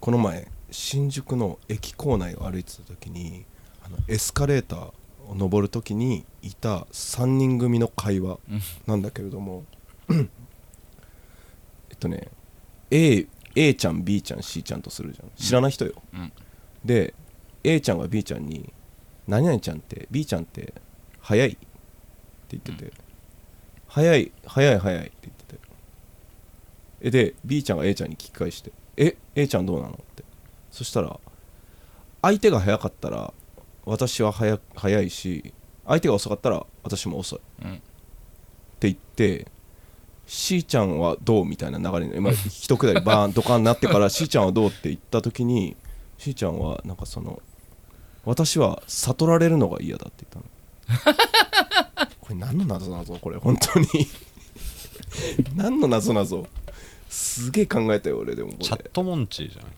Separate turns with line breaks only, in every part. この前新宿の駅構内を歩いてた時にあのエスカレーターを登る時にいた3人組の会話なんだけれどもえっとね A, A ちゃん B ちゃん C ちゃんとするじゃん知らない人よ、
うん
で A ちゃんが B ちゃんに「何々ちゃんって B ちゃんって早い?」って言ってて「早い早い早い」って言っててえで B ちゃんが A ちゃんに聞き返して「え A ちゃんどうなの?」ってそしたら相手が早かったら私は早早いし相手が遅かったら私も遅い、
うん
って言って C ちゃんはどうみたいな流れに今一くだりバーンドカンになって から C ちゃんはどうって言った時に C ちゃんはなんかその私は悟られるのが嫌だって言 ったのこれ何の謎なぞこれ本当に 何の謎なぞすげえ考えたよ俺でもこれ
チャットモンチーじゃない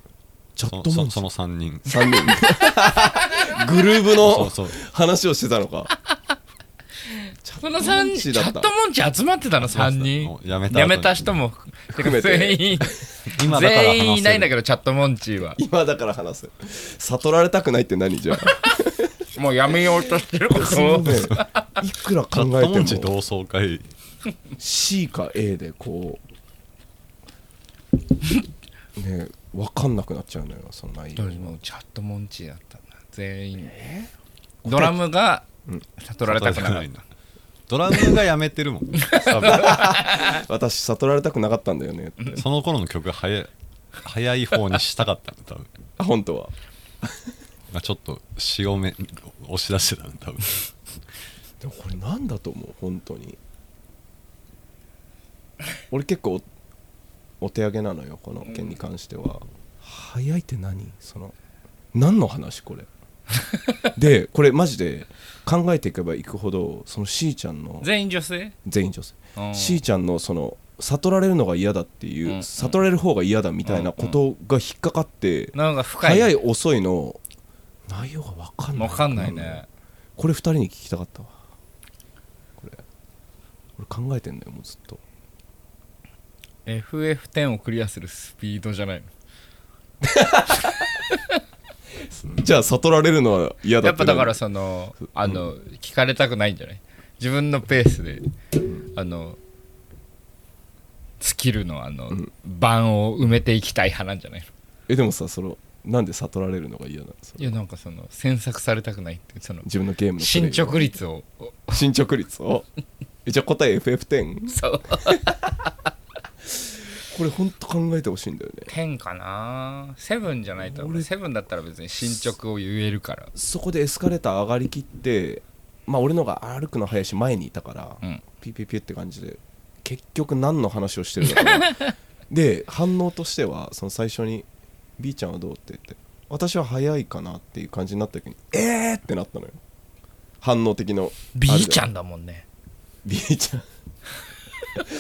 チャット
そ
モ
の
ンス
その3人
3人 グルーブ
そ
の
うそう
話をしてたのか
その三人、
チ
チ
だ
ャ
った
ットモンチ集まってたの、3人
も。うやめた後に
やめた人も
含めて
全員、
今だから話せる
全員いないんだけど、チャットモンチは。
今だから話す悟られたくないって何じゃあ
もうやめようとしてること
もう
を。
ねいくら
チャ
考
ットモ
え
ンチ
て
ー
も
同窓会
C か A でこうね分かんなくなっちゃうのよそんな
でももうチャットモンチだったんだ。全員。ドラムが
うん
悟られたくなかっ
んだドラムがやめてるもん多分
私悟られたくなかったんだよねって
その頃の曲は早い早い方にしたかったんだ多分
あ本当は
まあちょっと潮目押し出してたね多分
でもこれ何だと思う本当に俺結構おお手上げなのよこの件に関しては、早いって何その何の話これ でこれマジで考えていけばいくほどその C ちゃんの
た。全員女性
全員女性
うん
C ちゃんのその悟られるのが嫌だっていう、
うん
悟られる方が嫌だみたいなことが引っかかって、
なんか深い。
早い遅いの内容が分かんない
わかんないね。
これ2人に聞きたかったわこれ俺考えてんだよもうずっと
FF10 をクリアするスピードじゃないの。
じゃあ悟られるのは嫌だ
や
っ
ってぱだからその、あの、聞かれたくないんじゃない自分のペースで、あの、スキルのあの、盤を埋めていきたい派なんじゃないの
えでもさそのなんで悟られるのが嫌なのその
いやなんかその、詮索されたくないっていう、その、
自分のゲームのプレイ
進捗率を、
進捗率 をえじゃあ答え FF10
そう。
これほんと考えてほしいんだよね
10かなセブンじゃないと思うセブンだったら別に進捗を言えるから
そこでエスカレーター上がりきってまあ俺の方が歩くの早いし前にいたから、
うん
ピュピュピュって感じで結局何の話をしてるのかなで反応としてはその最初に「B ちゃんはどう?」って言って「私は早いかな」っていう感じになった時に「えー!」ってなったのよ反応的の
B ちゃ
ん
んだもんね
B ちゃん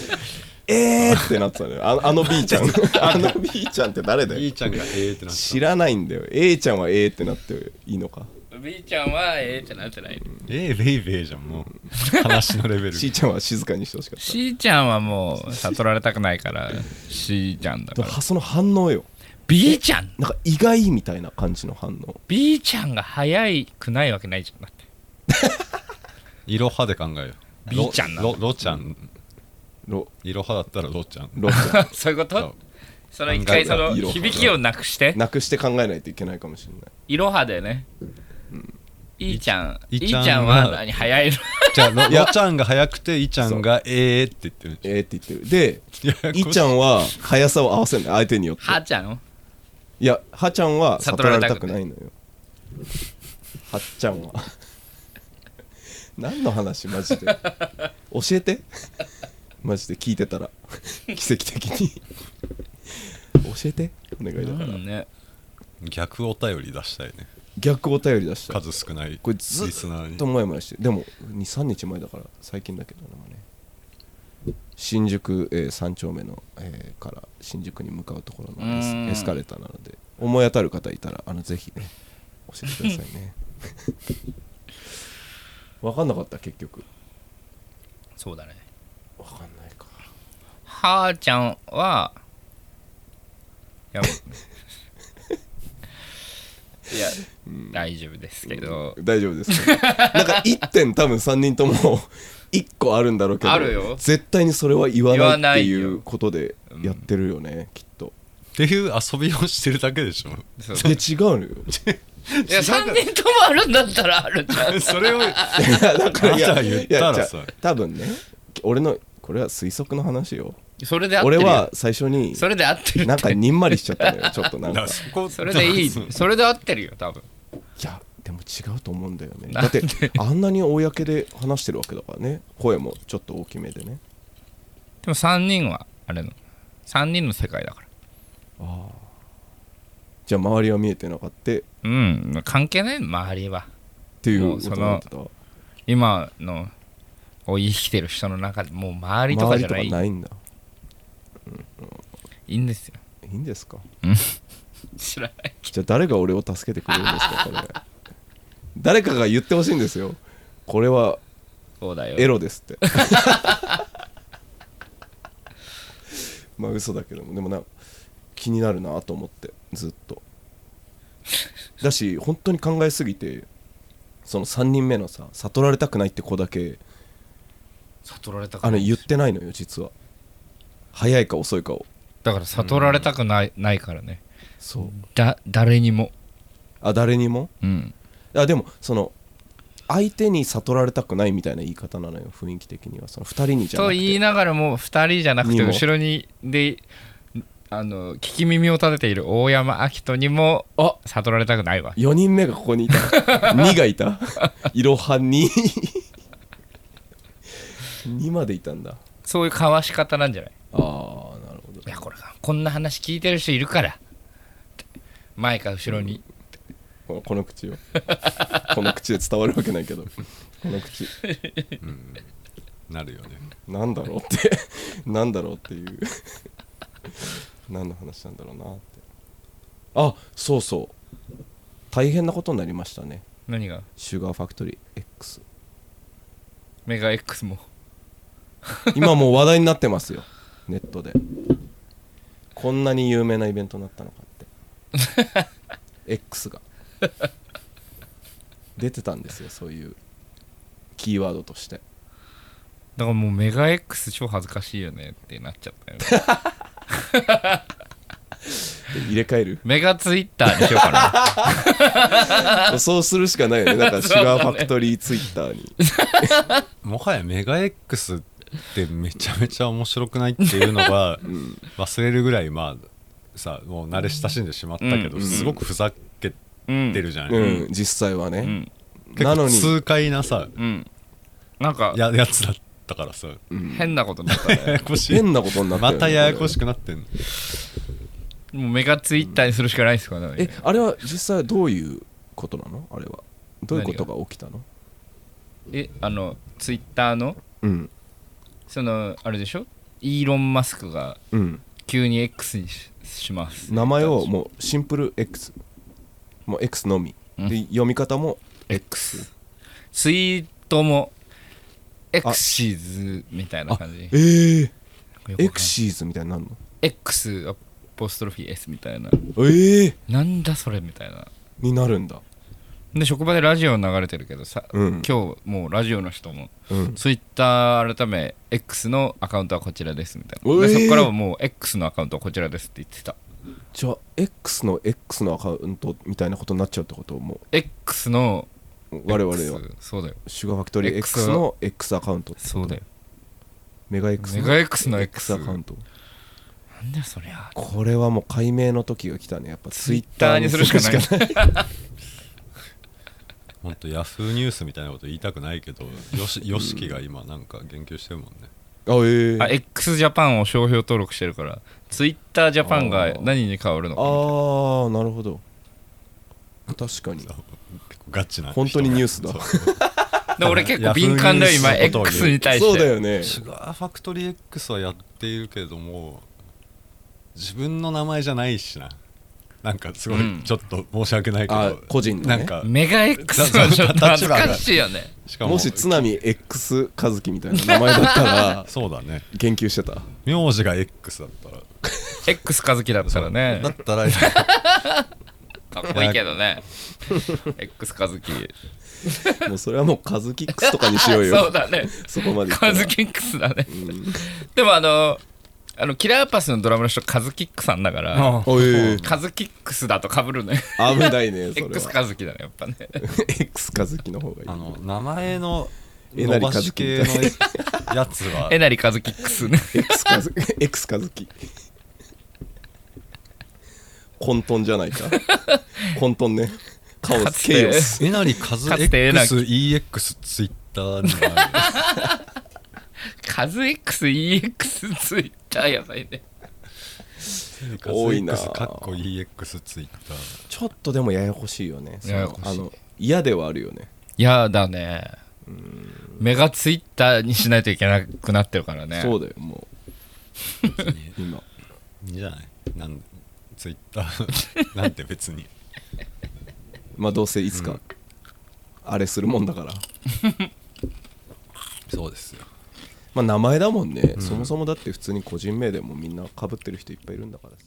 えーってなってたのよあのあの B ちゃんあの B ちゃんって誰だ
い
よ
いちゃんがええってなっ
知
た
らないんだよ A ちゃんは A ってなっていいのか
B ちゃんはええってなってない
ええベイベーじゃんもう話のレベル
C ちゃんは静かにしてほしかった
C ちゃんはもう悟られたくないから C ちゃんだ
で
か
も
ら
はその反応よ
B ちゃん
なんか意外みたいな感じの反応
B ちゃんが早いくないわけないじゃんだって
いろはで考えよ
B ちゃんなの
ロロロちゃん
ロ
いろはだったらロちゃん
ロ ッ
そういうこ
そ
と
う
その一回その
いろは
響きをなくして
なくして考えないといけないかもしれない
いろはだよね E ちゃん E
い
ち
ち
ゃ
ゃんは
んは何早 いの
じゃあロ
いや
ロちゃんが早くていちゃんがええって言ってる
えー、って言ってるで
ややこしい
いちゃんは速さを合わせない相手によって
はちゃん
いやはちゃんは悟
悟
ら
ら
れ
れ
た
た
く
く
な
ない
のよはっちゃんは 何の話マジで教えてマジで聞いてたら奇跡的に教えてお願いだから、
うんね
逆お便り出したいね
逆お便り出した
数少ない
これ
リ
ず
スナー
っ
に
ともやもやしてでも23日前だから最近だけどねもうね新宿、えー3丁目の、えーから新宿に向かうところのエ
うーん
スエスカレーターなので思い当たる方いたらあのぜひね教えてくださいね 分かんなかった結局
そうだね
分かんないか
はーちゃんは、やば いや、大丈夫ですけど、
大丈夫ですかなんか1点多分3人 とも1個あるんだろうけど
あるよ
絶対にそれは言わ
言
な
わない
って
いよ
いうことでやってるよね、きっと
ていう遊びをしてるだけでしょ
そう
で違うのよ
いや3人ともあるんだったらあるじゃん
そ れを
いやだからいや
あなた言ったら
いや
さ
じゃあ多分ね俺のこれは推測の話よ
それで合ってる
俺
よ
は最初に
それで合ってるって
なんかにんまりしちゃったの よちょっとなんか
だそこ
それでいいそれで合ってるよ多分
いやでも違うと思うんだよね
な
だ
ん
って
で
あんなに公で話してるわけだからね声もちょっと大きめでね
でも3人はあれの3人の世界だから
じゃあ周りは見えてなかったっ
うん関係ない周りは
ていう
も
こ
う
と
そ
に
の
なってた
今のを生きてる人の中でもう周りと
周
か
り
じゃ
と
な
か
い
ないんだ
いいんですよ
いいんですか
知らない
じゃあ誰が俺を助けてくれるんですかこれ誰かが言ってほしいんですよこれは
そうだよ
エロですって まあ嘘だけどもでもなんか気になるなと思ってずっとだし本当に考えすぎてその3人目のさ悟られたくないって子だけ
悟られたく
あの
ない
言ってないのよ実は早いか遅いかを
だから悟られたくない,、ないからね
そう
だ誰にも
あ誰にも
うん
あでもその相手に悟られたくないみたいな言い方なのよ雰囲気的にはその2人にじゃな
と
くて
言いながらも2人じゃなく
に
て
も
後ろにであの聞き耳を立てている大山明人にも
あ
悟られたくないわ
4人目がここにいた2がいたいろはに2までいたんだ
そういう交わし方なんじゃない
ああなるほど
いやこれこんな話聞いてる人いるから前か後ろに、
このこの口をこの口で伝わるわけないけどこの口
なるよね
なんだろうってなんだろうっていう何の話なんだろうなってあそうそう大変なことになりましたね
何が
シュガーファクトリー X
メガ X も
今もう話題になってますよネットでこんなに有名なイベントになったのかって X が出てたんですよそういうキーワードとして
だからもうメガ X 超恥ずかしいよねってなっちゃったよね
で入れ替える
メガツイッターにしようか な
そうするしかないよねなんかシュガーファクトリーツイッターに
もはやメガ X ってめちゃめちゃ面白くないっていうのが忘れるぐらいまあさもう慣れ親しんでしまったけど、
うん
すごくふざけ
うん
てるじゃない、
うん実際は
う
ね、
ん
な
結
の
構
に
痛快なさ
うんなんか
ややつだったからさ
変なことになった
や
ね
やこしい
変なことになって
またややこし
く
くなってんの
もうメガツイッターにするしかないですからね
えあれは実際どういうことなのあれはどういうことが起きたの
えあのツイッターの
うん
そのあれでしょイーロン・マスクが
うん
急に X にしします
名前をもうシンプル X もう X のみ、
うん
で読み方も
X ツイートも X ーズみたいな感じ
ええ
よくわかんない
X シーズみたいになるの
X アポストロフィー S みたいな
ええ
なんだそれみたいな
になるんだ
で職場でラジオ流れてるけどさ、
うん
今日もうラジオの人も
うん
ツイッター改め X のアカウントはこちらですみたいな、
うえ
で
ー
そこからはもう X のアカウントはこちらですって言ってた
じゃあ X の X のアカウントみたいなことになっちゃうってことも
X の
う我々は
X そうだよ
シュガーファクトリー
X
X の X アカウントってこと
そうだよ
メガ X
メ
の
ガ X の
X
X
アカウント
なんだよそりゃ
これはもう解明の時が来たねやっぱツイッ
Twitter
ター
にするしかない
ない
ほんとヤフーニュースみたいなこと言いたくないけどよしよしきが今なんか言及してるもんね
あええ
あ X ジャパンを商標登録してるからツイッタージャパンが何に変わる
あ
のかみたいな
ーなるほど確かに
結構ガチな
本当にニュースだ
そう
で俺結構敏感だよ今
ヤフーニュースのことを言う
X に対して
そうだよね
シュガーファクトリー X はやっているけれども自分の名前じゃないしななんかすご
うん
いちょっと申し訳ないけど、
あ個人のね
なんか
メガ X はちょっと恥ずかしいよね
しかも
もし津波 X 和樹みたいな名前だった ら
そうだね
言及してた
名字が X だったら
X 和樹だったらね
だったら
かっこいいけどね X カズキ
もうそれはもうカズキックスとかにしようよ
そうだね
そこまでいった
カ
ら
ズキックスだね、でもあのあのキラーパスのドラムの人カズキックさんだから、
おい
カズキックスだとかぶるね
危ないねそれ
X
は
カズキだねやっぱね
X カズキの方がいい
あの名前の
え
伸ばし系のやつ は
えなりカズキックスね
X カズ X カズキ混沌じゃない か混沌ねカオ
か
ス
つて
ケイオス
えなりかず
かつてえな
XEX ツイッターにある
カズ XEX ツイッターやばいね
多いな
XEX かっこ EX ツイッター
ちょっとでもややこしいよねその
ややこしい
あの嫌ではあるよね
いやだねメガツイッターにしないといけなくなってるからね
そうだよも
別に
う今
いいんじゃないなんツイッター なんて別に
まあどうせいつかあれするもんだから
そうですよ
まあ名前だもんねそもそもだって普通に個人名でもみんなかぶってる人いっぱいいるんだからさ